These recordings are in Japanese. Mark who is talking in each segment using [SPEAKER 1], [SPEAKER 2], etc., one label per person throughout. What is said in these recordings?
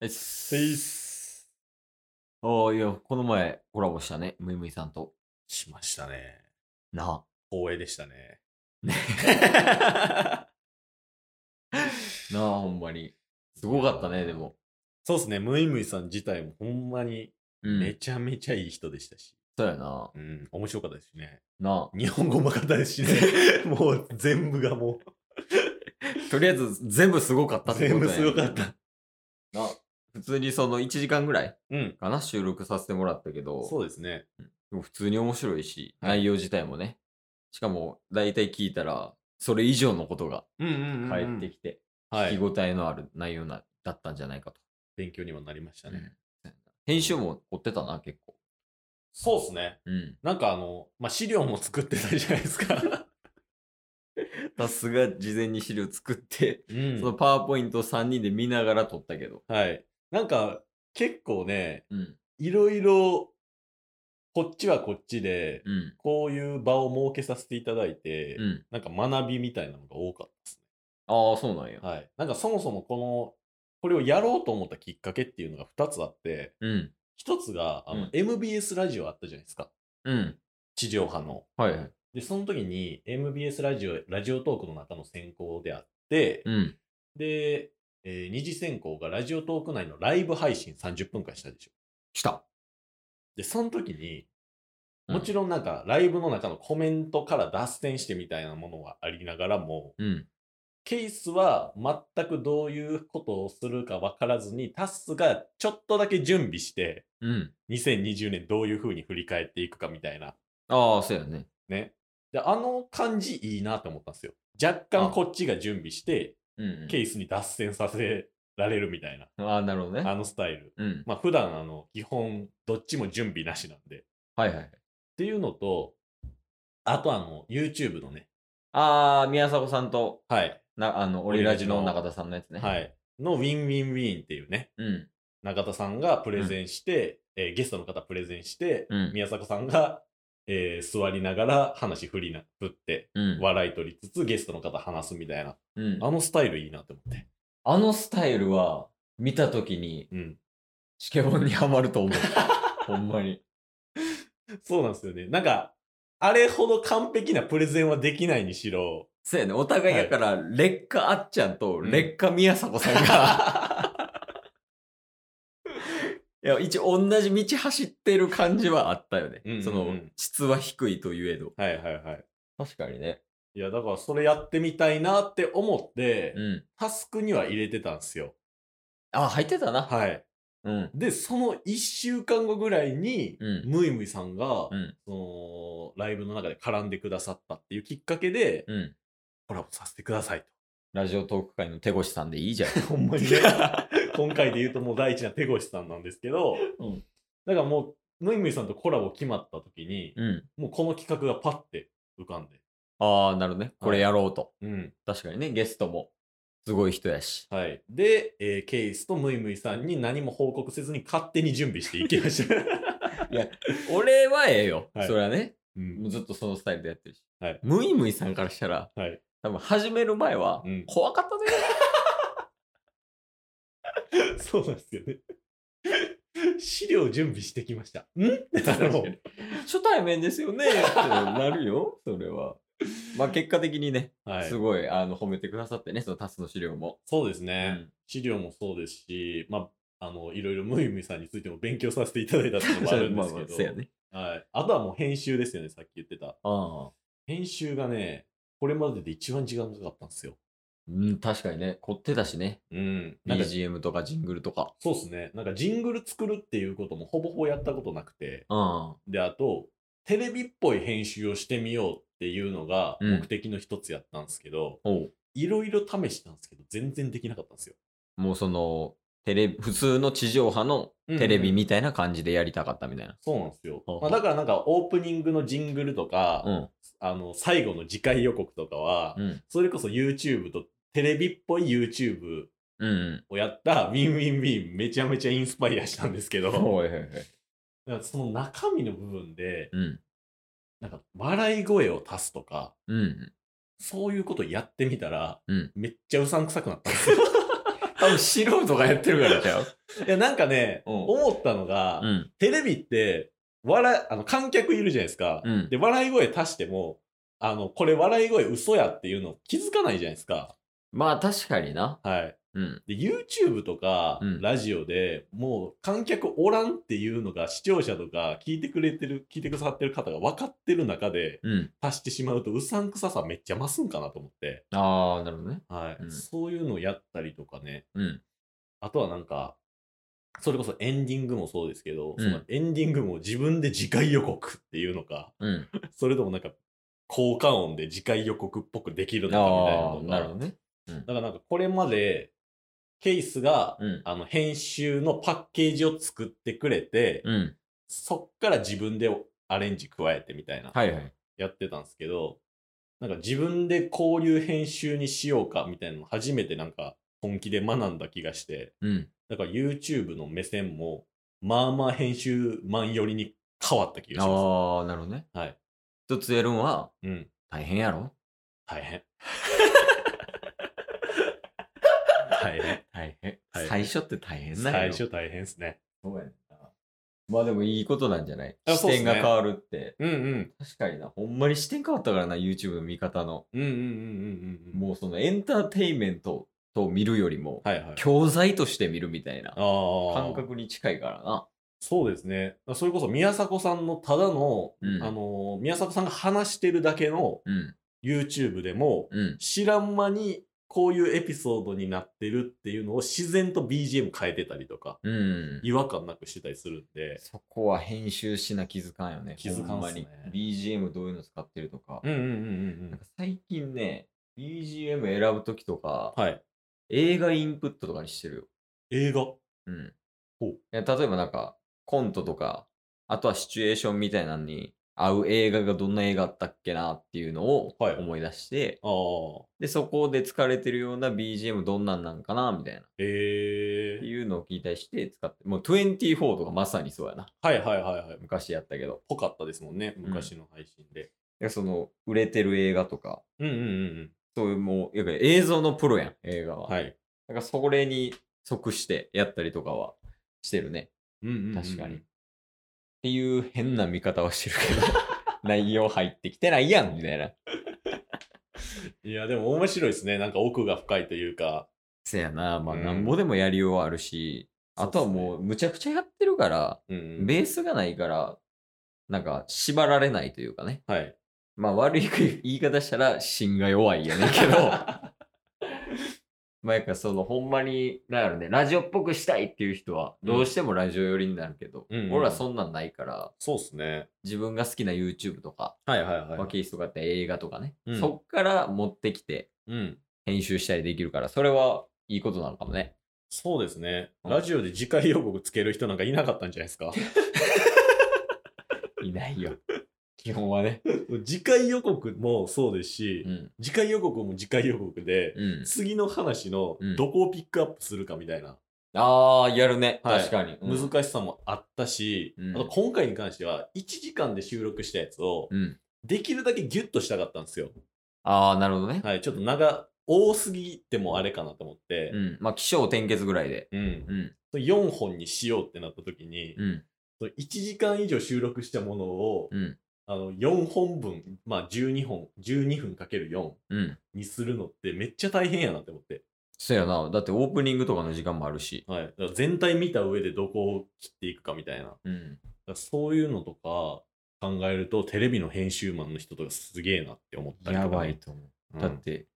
[SPEAKER 1] です。
[SPEAKER 2] せいっす。
[SPEAKER 1] ああ、いや、この前コラボしたね、むいむいさんと。
[SPEAKER 2] しましたね。
[SPEAKER 1] な
[SPEAKER 2] 光栄でしたね。
[SPEAKER 1] あ。ねなあ、ほんまに。すごかったね、でも。
[SPEAKER 2] そうですね、ムイムイさん自体もほんまに
[SPEAKER 1] うん。
[SPEAKER 2] めちゃめちゃいい人でしたし、
[SPEAKER 1] そうやな。
[SPEAKER 2] うん、面白かったですしね。
[SPEAKER 1] な
[SPEAKER 2] 日本語うまかったです しね。もう全部がも
[SPEAKER 1] あ。とりあえず、全部すごかった
[SPEAKER 2] う、
[SPEAKER 1] ってこと
[SPEAKER 2] 全部
[SPEAKER 1] やね
[SPEAKER 2] すごかった。
[SPEAKER 1] なあ。普通にその1時間ぐらい
[SPEAKER 2] うん、
[SPEAKER 1] かな、収録させてもらったけど。
[SPEAKER 2] そうですね。
[SPEAKER 1] でも普通に面白いし、内容自体もね。しかも、大体聞いたら、それ以上のことが
[SPEAKER 2] うんうんうん、
[SPEAKER 1] 返ってきて、
[SPEAKER 2] は
[SPEAKER 1] 聞
[SPEAKER 2] い。
[SPEAKER 1] き応えのある内容なだったんじゃないかと。
[SPEAKER 2] 勉強にもなりましたね。
[SPEAKER 1] うん編集も追ってたな、結構。
[SPEAKER 2] そうですね。
[SPEAKER 1] うん。
[SPEAKER 2] なんかあの、まあ、資料も作ってたじゃないですか。
[SPEAKER 1] さすが事前に資料作って、
[SPEAKER 2] うん
[SPEAKER 1] そのパワーポイントを3人で見ながら撮ったけど。
[SPEAKER 2] はい。なんか、結構ね、
[SPEAKER 1] うん。
[SPEAKER 2] いろいろ、こっちはこっちで、
[SPEAKER 1] うん。
[SPEAKER 2] こういう場を設けさせていただいて、
[SPEAKER 1] うん。
[SPEAKER 2] なんか学びみたいなのが多かっ
[SPEAKER 1] ああ、そうなんや
[SPEAKER 2] た。。はい。なんかそもそもこの、これをやろうと思ったきっかけっていうのが2つあって、
[SPEAKER 1] うん。
[SPEAKER 2] 1つが、あの、
[SPEAKER 1] うん
[SPEAKER 2] MBS ラジオあったじゃないですか。
[SPEAKER 1] うん。
[SPEAKER 2] 地上波の。
[SPEAKER 1] はいはい。
[SPEAKER 2] で、その時に MBS ラジオ、ラジオトークの中の選考であって、
[SPEAKER 1] うん。
[SPEAKER 2] で、えー二次選考がラジオトーク内のライブ配信30分間したでしょ。
[SPEAKER 1] 来た。
[SPEAKER 2] で、その時に、
[SPEAKER 1] うん
[SPEAKER 2] もちろんなんかライブの中のコメントから脱線してみたいなものはありながらも、
[SPEAKER 1] うん。
[SPEAKER 2] ケースは全くどういうことをするか分からずに、タッスがちょっとだけ準備して、
[SPEAKER 1] うん。
[SPEAKER 2] 2020年どういう風に振り返っていくかみたいな、
[SPEAKER 1] ああ、そうやね。
[SPEAKER 2] ね。で、あの感じいいなと思ったんですよ。若
[SPEAKER 1] あ
[SPEAKER 2] 干こっちが準備して、
[SPEAKER 1] うん、
[SPEAKER 2] ケースに脱線させられるみたいな、
[SPEAKER 1] ああ、なるほど
[SPEAKER 2] あ
[SPEAKER 1] ね。
[SPEAKER 2] のスタイル。
[SPEAKER 1] うん。
[SPEAKER 2] まあ普段あの、基本どっちも準備なしなんで。っ
[SPEAKER 1] はいはい。
[SPEAKER 2] ていうのと、あとあの、YouTube のね、
[SPEAKER 1] ああ、宮迫さんと、
[SPEAKER 2] はい、
[SPEAKER 1] な、あの、オリラジの中田さんのやつね。。
[SPEAKER 2] はいい、のウィンウィンウィンっていうね、
[SPEAKER 1] うん。
[SPEAKER 2] 中田さんがプレゼンして、えーゲストの方プレゼンして、
[SPEAKER 1] うん
[SPEAKER 2] 宮迫さんが、えー座りながら話振りな、振って、
[SPEAKER 1] うん。
[SPEAKER 2] 笑い取りつつゲストの方話すみたいな、
[SPEAKER 1] うん、
[SPEAKER 2] あのスタイルいいなって思って。
[SPEAKER 1] あのスタイルは、見たときに、
[SPEAKER 2] うん。
[SPEAKER 1] 試験本にはまる と思う。ほんまに。
[SPEAKER 2] そうなんですよね。なんか、あれほど完璧なプレゼンはできないにしろ、
[SPEAKER 1] そうやね。お互いやから、劣化あっちゃんと、劣化宮迫さんが、いや、一応同じ道走ってる感じはあったよね。
[SPEAKER 2] うんうんうん
[SPEAKER 1] その、質は低いといえど。
[SPEAKER 2] はいはいはい。
[SPEAKER 1] 確かにね。
[SPEAKER 2] いや、だからそれやってみたいなって思って、
[SPEAKER 1] うん。
[SPEAKER 2] タスクには入れてたんですよ。
[SPEAKER 1] あ、入ってたな。
[SPEAKER 2] はい。
[SPEAKER 1] うん。
[SPEAKER 2] で、その1週間後ぐらいに、
[SPEAKER 1] うん。
[SPEAKER 2] ムイムイさんが、
[SPEAKER 1] うん。
[SPEAKER 2] その、ライブの中で絡んでくださったっていうきっかけで、
[SPEAKER 1] うん。
[SPEAKER 2] コラボさせてください
[SPEAKER 1] ラジオトーク界の手越さんでいい じゃん。
[SPEAKER 2] と。ほ んまにね。今回で言うともう第一な手越さんなんですけど、
[SPEAKER 1] うん
[SPEAKER 2] だからもう、ムイムイさんとコラボ決まった時に、
[SPEAKER 1] うん。
[SPEAKER 2] もうこの企画がパッて浮かんで。
[SPEAKER 1] ああ、なるほどね。これやろうと。
[SPEAKER 2] うん。
[SPEAKER 1] 確かにね、ゲストも、すごい人や し。
[SPEAKER 2] はい。で、えーケイスとムイムイさんに何も報告せずに勝手に準備していきました。
[SPEAKER 1] 俺はええよ。
[SPEAKER 2] はい
[SPEAKER 1] それはね。
[SPEAKER 2] うん
[SPEAKER 1] もうずっとそのスタイルでやってるし。
[SPEAKER 2] はい
[SPEAKER 1] ムイムイさんからしたら、
[SPEAKER 2] はい
[SPEAKER 1] 多分始める前は
[SPEAKER 2] うん、
[SPEAKER 1] 怖かったね。
[SPEAKER 2] そうなんですよね。資料準備してきました。んってなる
[SPEAKER 1] 確かに 初対面ですよねってなるよ、それは。まあ結果的にね、
[SPEAKER 2] はい
[SPEAKER 1] す。ごいあの褒めてくださってね、そのタスの資料も。
[SPEAKER 2] そうです
[SPEAKER 1] う
[SPEAKER 2] ね。
[SPEAKER 1] ん
[SPEAKER 2] 資料もそうですし、まあ、あの、いろいろムイムイさんについても勉強させていただいたっていうのもあるんで す
[SPEAKER 1] まあまあ
[SPEAKER 2] け
[SPEAKER 1] そうや
[SPEAKER 2] ど、
[SPEAKER 1] ね。
[SPEAKER 2] はい。あとはもう編集ですよね、さっき言ってた。
[SPEAKER 1] ああ。
[SPEAKER 2] 編集がね、これまでで一番時間かかったんですよ。
[SPEAKER 1] うん、確かにね、凝ってたしね。
[SPEAKER 2] うん。なんか、
[SPEAKER 1] BGM とかジングルとか。
[SPEAKER 2] そうですね。なんか、ジングル作るっていうこともほぼほぼやったことなくて、
[SPEAKER 1] うん。
[SPEAKER 2] で、あと、テレビっぽい編集をしてみようっていうのが
[SPEAKER 1] うん
[SPEAKER 2] 目的の一つやったんですけど、
[SPEAKER 1] おう
[SPEAKER 2] いろいろ試したんですけど、全然できなかったんですよ。
[SPEAKER 1] もうその、テレビ、普通の地上波のテレビみたいな感じでやりたかったみたいな。
[SPEAKER 2] そうなんですよ
[SPEAKER 1] ほう。ほ
[SPEAKER 2] ま
[SPEAKER 1] う
[SPEAKER 2] あ、だからなんかオープニングのジングルとか、
[SPEAKER 1] うん。
[SPEAKER 2] あの、最後の次回予告とかは、
[SPEAKER 1] うん。
[SPEAKER 2] それこそ YouTube とテレビっぽい YouTube
[SPEAKER 1] うんうん。
[SPEAKER 2] をやったウィンウィンウィンめちゃめちゃインスパイアしたんですけど、
[SPEAKER 1] おいはいはい。
[SPEAKER 2] なんかその中身の部分で、
[SPEAKER 1] うん。
[SPEAKER 2] なんか笑い声を足すとか、
[SPEAKER 1] うん。
[SPEAKER 2] そういうことやってみたら、
[SPEAKER 1] うん
[SPEAKER 2] めっちゃうさんくさくなったんですよ。
[SPEAKER 1] 多分素人がやってるからちゃう。
[SPEAKER 2] いや、なんかね、
[SPEAKER 1] うん
[SPEAKER 2] 思ったのが、
[SPEAKER 1] ん。
[SPEAKER 2] テレビって、笑い、あの、観客いるじゃないですか。
[SPEAKER 1] うん。
[SPEAKER 2] で、笑い声足しても、あの、これ笑い声嘘やっていうの気づかないじゃないですか。
[SPEAKER 1] まあ確かにな。
[SPEAKER 2] はい。
[SPEAKER 1] うん。
[SPEAKER 2] で、YouTube とか
[SPEAKER 1] う、ん
[SPEAKER 2] ラジオで、もう観客おらんっていうのが視聴者とか、聞いてくれてる、聞いてくださってる方が分かってる中で、
[SPEAKER 1] うん。
[SPEAKER 2] 足してしまうと、うさんくささめっちゃ増すんかなと思って。
[SPEAKER 1] ああ、なるほどね。
[SPEAKER 2] はい、
[SPEAKER 1] うん
[SPEAKER 2] そういうのをやったりとかね、
[SPEAKER 1] うん。
[SPEAKER 2] あとはなんか、それこそエンディングもそうですけど、
[SPEAKER 1] うん
[SPEAKER 2] そのエンディングも自分で次回予告っていうのか、
[SPEAKER 1] うん。
[SPEAKER 2] それともなんか、効果音で次回予告っぽくできるのかみたいな
[SPEAKER 1] あ
[SPEAKER 2] の
[SPEAKER 1] あ、
[SPEAKER 2] と
[SPEAKER 1] なる
[SPEAKER 2] か
[SPEAKER 1] ほど、ね。
[SPEAKER 2] だからなんかこれまで、ケースが、
[SPEAKER 1] うん。
[SPEAKER 2] あの、編集のパッケージを作ってくれて、
[SPEAKER 1] うん。
[SPEAKER 2] そっから自分でアレンジ加えてみたいな、
[SPEAKER 1] はいはい。
[SPEAKER 2] やってたんですけど、なんか自分でこういう編集にしようかみたいなの初めてなんか本気で学んだ気がして、
[SPEAKER 1] うん。
[SPEAKER 2] だから YouTube の目線も、まあまあ編集マン寄りに変わった気がしま
[SPEAKER 1] ああ、なるほどね。
[SPEAKER 2] はい。
[SPEAKER 1] 一つやるんは
[SPEAKER 2] す。うん。
[SPEAKER 1] 大変やろ
[SPEAKER 2] 大 変。大変。
[SPEAKER 1] 大変
[SPEAKER 2] はい
[SPEAKER 1] 最初って大変だ
[SPEAKER 2] 最
[SPEAKER 1] よ。
[SPEAKER 2] 初大変ですね。
[SPEAKER 1] そうやんな。まあでもいいことなんじゃない
[SPEAKER 2] あ
[SPEAKER 1] 視
[SPEAKER 2] そうっすね
[SPEAKER 1] 点が変わるって。
[SPEAKER 2] うんうん。
[SPEAKER 1] 確かにな。ほんまに視点変わったからな、YouTube の見方の。
[SPEAKER 2] うんうんうんうんうん。
[SPEAKER 1] もうそのエンターテインメントと見るよりも、
[SPEAKER 2] はいはい。
[SPEAKER 1] 教材として見るみたいな
[SPEAKER 2] ああ。
[SPEAKER 1] 感覚に近いからな。
[SPEAKER 2] そうですね。それこそ宮迫さんのただの、
[SPEAKER 1] うん
[SPEAKER 2] あのー、宮迫さんが話してるだけの
[SPEAKER 1] うん。
[SPEAKER 2] YouTube でも、
[SPEAKER 1] うん。
[SPEAKER 2] 知らん間にこういうエピソードになってるっていうのを自然と BGM 変えてたりとか、
[SPEAKER 1] うん。
[SPEAKER 2] 違和感なくしてたりするんで、
[SPEAKER 1] そこは編集しな気づかんよね。
[SPEAKER 2] 気づかんっ
[SPEAKER 1] ほ
[SPEAKER 2] す
[SPEAKER 1] ん
[SPEAKER 2] ね
[SPEAKER 1] まに。BGM どういうの使ってるとか。
[SPEAKER 2] うんうんうんうんう
[SPEAKER 1] なん
[SPEAKER 2] ん
[SPEAKER 1] か。最近ね、BGM 選ぶときとか、
[SPEAKER 2] はい。
[SPEAKER 1] 映画インプットとかにしてるよ。
[SPEAKER 2] 映画。
[SPEAKER 1] うん。
[SPEAKER 2] ほう
[SPEAKER 1] いや例えばなんか、コントとか、あとはシチュエーションみたいなのに合う映画がどんな映画あったっけなっていうのを
[SPEAKER 2] はい
[SPEAKER 1] 思い出して、
[SPEAKER 2] ああ。
[SPEAKER 1] で、そこで疲れてるような BGM どんなんなんかなみたいな。って
[SPEAKER 2] ええー。
[SPEAKER 1] いうのを聞いたりして使って、もう24とかまさにそうやな。
[SPEAKER 2] はいはいはいはい。
[SPEAKER 1] 昔やったけど。
[SPEAKER 2] ぽかったですもんね。昔の配信で。
[SPEAKER 1] でその、売れてる映画とか、
[SPEAKER 2] うんうんうん
[SPEAKER 1] そういうもう、やっぱり映像のプロやん、映画
[SPEAKER 2] うん。
[SPEAKER 1] は。
[SPEAKER 2] はい。
[SPEAKER 1] だからそれに即してやったりとかはしてるね。
[SPEAKER 2] うんうんうん、
[SPEAKER 1] 確かに。っていう変な見方はしてるけ ど、内容入ってきてないやん、みたいな。
[SPEAKER 2] いや、でも面白いですね。なんか奥が深いというか。
[SPEAKER 1] せやな、まあ、
[SPEAKER 2] うん
[SPEAKER 1] なんぼでもやりようはあるし、あとはもう、むちゃくちゃやってるから、
[SPEAKER 2] うんうん、
[SPEAKER 1] ベースがないから、なんか、縛られないというかね。
[SPEAKER 2] はい。
[SPEAKER 1] まあ、悪い言い方したら、芯が弱いやねんけ ど、まあ、やっぱその、ほんまに、なんやろね、ラジオっぽくしたいっていう人は、どうしてもラジオ寄りになるけど、
[SPEAKER 2] うんうんうん
[SPEAKER 1] 俺らそんなんないから、
[SPEAKER 2] そうですね。
[SPEAKER 1] 自分が好きな YouTube とか、
[SPEAKER 2] はいはい
[SPEAKER 1] まあ、
[SPEAKER 2] は
[SPEAKER 1] ケースとかって映画とかね、
[SPEAKER 2] うん
[SPEAKER 1] そっから持ってきて
[SPEAKER 2] い。うん。
[SPEAKER 1] 編集したりできるから、それはいいことなのかもね。
[SPEAKER 2] そうですね。
[SPEAKER 1] うん
[SPEAKER 2] ラジオで次回予告つける人なんかいなかったんじゃな いですか。
[SPEAKER 1] いない よ。基本はね。
[SPEAKER 2] 次回予告もそうですし、
[SPEAKER 1] うん。
[SPEAKER 2] 次回予告も次回予告で、
[SPEAKER 1] うん。
[SPEAKER 2] 次の話の
[SPEAKER 1] うん
[SPEAKER 2] どこをピックアップするかみたいな。
[SPEAKER 1] ああ、やるね。
[SPEAKER 2] はい
[SPEAKER 1] 確かに。うん
[SPEAKER 2] 難しさもあったし、
[SPEAKER 1] うん
[SPEAKER 2] あと今回に関しては1時間で収録したやつを
[SPEAKER 1] うん。
[SPEAKER 2] できるだけギュッとしたかったんですよ。
[SPEAKER 1] ああ、なるほどね。
[SPEAKER 2] はい、ちょっと長、多すぎてもあれかなと思って
[SPEAKER 1] う、ん。まあ、起承転結ぐらいで。
[SPEAKER 2] うん
[SPEAKER 1] うん。
[SPEAKER 2] 4本にしようってなった時に、
[SPEAKER 1] うん。
[SPEAKER 2] その1時間以上収録したものを、
[SPEAKER 1] うん。
[SPEAKER 2] あの4本分、まあ12本、12分かける4
[SPEAKER 1] うん。
[SPEAKER 2] にするのってめっちゃ大変やなって思って。
[SPEAKER 1] そやな。だってオープニングとかの時間もあるし。
[SPEAKER 2] はい、だから全体見た上でどこを切っていくかみたいな。
[SPEAKER 1] うん。
[SPEAKER 2] だからそういうのとか考えるとテレビの編集マンの人とかすげえなって思ったりとか
[SPEAKER 1] や
[SPEAKER 2] ね、
[SPEAKER 1] ばいと思
[SPEAKER 2] う
[SPEAKER 1] う。
[SPEAKER 2] ん
[SPEAKER 1] だって、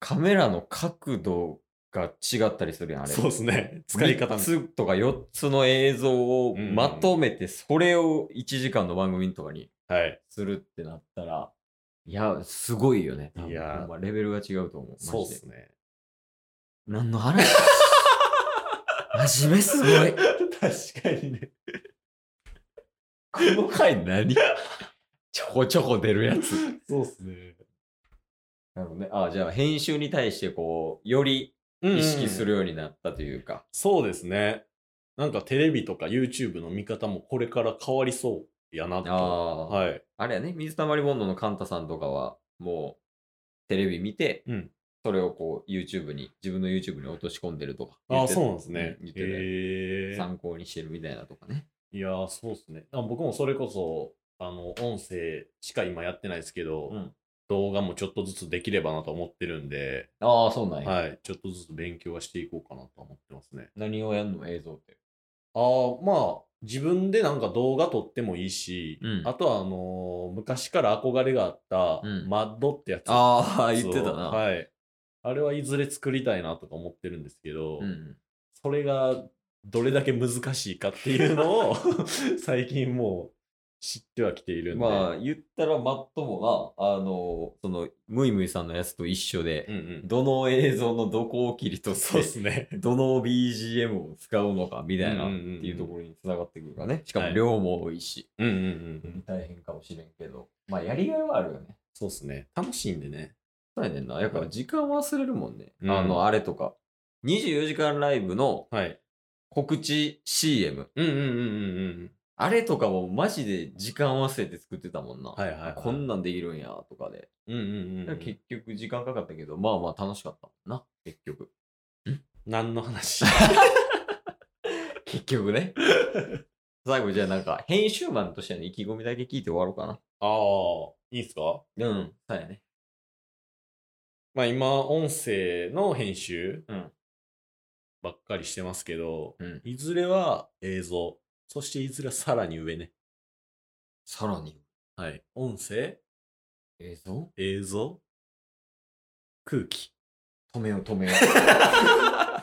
[SPEAKER 1] カメラの角度が違ったりするやん、あれ。
[SPEAKER 2] そうですね使い方
[SPEAKER 1] 3つ
[SPEAKER 2] も
[SPEAKER 1] とか4つの映像を
[SPEAKER 2] うん
[SPEAKER 1] まとめて、それを1時間の番組とかに
[SPEAKER 2] はい
[SPEAKER 1] するってなったら、いや、すごいよね。
[SPEAKER 2] いやー
[SPEAKER 1] ほんまレベルが違うと思う。マジで
[SPEAKER 2] そうですね
[SPEAKER 1] 何の話 真面目すごい。こ
[SPEAKER 2] 確かにね
[SPEAKER 1] の回何ちょこちょこ出るやつ。
[SPEAKER 2] そうですね
[SPEAKER 1] なるほどね。あじゃあ編集に対してこう、より意識するようになったというか。
[SPEAKER 2] そうですねなんかテレビとか YouTube の見方もこれから変わりそうやな
[SPEAKER 1] あ
[SPEAKER 2] と
[SPEAKER 1] あ、
[SPEAKER 2] はい
[SPEAKER 1] あれやね、水溜りボンドのカンタさんとかは、もう、テレビ見て、
[SPEAKER 2] うん
[SPEAKER 1] それをこう YouTube に、自分の YouTube に落とし込んでるとか言
[SPEAKER 2] あ
[SPEAKER 1] っ
[SPEAKER 2] あ、
[SPEAKER 1] て。
[SPEAKER 2] そうなんですね。
[SPEAKER 1] うん言ってたよ
[SPEAKER 2] へえ。
[SPEAKER 1] 参考にしてるみたいなとかね。
[SPEAKER 2] いやー、そうですね。あ僕もそれこそ、あの、音声しか今やってないですけど、
[SPEAKER 1] うん
[SPEAKER 2] 動画もちょっとずつできればなと思ってるんで、
[SPEAKER 1] ああ、そうなんや。
[SPEAKER 2] はい、ちょっとずつ勉強はしていこうかなと思ってますね。
[SPEAKER 1] 何をやるの映像って。
[SPEAKER 2] ああ、まあ、自分でなんか動画撮ってもいいし、
[SPEAKER 1] うん
[SPEAKER 2] あとは、あのー昔から憧れがあった、
[SPEAKER 1] うん
[SPEAKER 2] マッドってやつ。
[SPEAKER 1] ああ、 言
[SPEAKER 2] そう
[SPEAKER 1] ってたな。
[SPEAKER 2] はい。あれはいずれ作りたいなとか思ってるんですけど、
[SPEAKER 1] うん。
[SPEAKER 2] それがどれだけ難しいかっていうのを 最近もう知ってはきているんで。
[SPEAKER 1] まあ、言ったらマットもが、あの、その、ムイムイさんのやつと一緒で、
[SPEAKER 2] うんうん。
[SPEAKER 1] どの映像のどこを切り取っ
[SPEAKER 2] そうで
[SPEAKER 1] て、
[SPEAKER 2] すね。
[SPEAKER 1] どの BGM を使うのかみたいな
[SPEAKER 2] う
[SPEAKER 1] っ
[SPEAKER 2] ん
[SPEAKER 1] て
[SPEAKER 2] うんうんうん
[SPEAKER 1] いうところにつながってくるからね。しかも
[SPEAKER 2] はい
[SPEAKER 1] 量も多いし、
[SPEAKER 2] うんうんうん。
[SPEAKER 1] 大変かもしれんけど、まあ、やりがいはあるよね。
[SPEAKER 2] そうですね。楽しいんでね。
[SPEAKER 1] そうやねんな。やっぱ時間忘れるもんね。
[SPEAKER 2] うん
[SPEAKER 1] あの、あれとか。24時間ライブの
[SPEAKER 2] はい。
[SPEAKER 1] 告知 CM。
[SPEAKER 2] うんうんうんうんうん。
[SPEAKER 1] あれとかもマジで時間忘れて作ってたもんな。
[SPEAKER 2] はいはいはい
[SPEAKER 1] こんなんできるんやとかで。
[SPEAKER 2] うんうんうんうん。
[SPEAKER 1] 結局時間かかったけど、まあまあ楽しかったもんな。結局。
[SPEAKER 2] 何の話
[SPEAKER 1] 結局ね。 最後じゃあなんか編集マンとしての意気込みだけ聞いて終わろうか
[SPEAKER 2] ああ、いいっすか
[SPEAKER 1] な。うん。そうやね。
[SPEAKER 2] まあ今、音声の編集
[SPEAKER 1] うん
[SPEAKER 2] ばっかりしてますけど、
[SPEAKER 1] うん
[SPEAKER 2] いずれは映像、そしていずれはさらに上ね。
[SPEAKER 1] さらに
[SPEAKER 2] はい。音声、
[SPEAKER 1] 映像
[SPEAKER 2] 映像、空気。
[SPEAKER 1] 止めよう止めよう。